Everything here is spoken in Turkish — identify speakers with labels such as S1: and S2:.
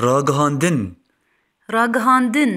S1: Raghandin
S2: Raghandin.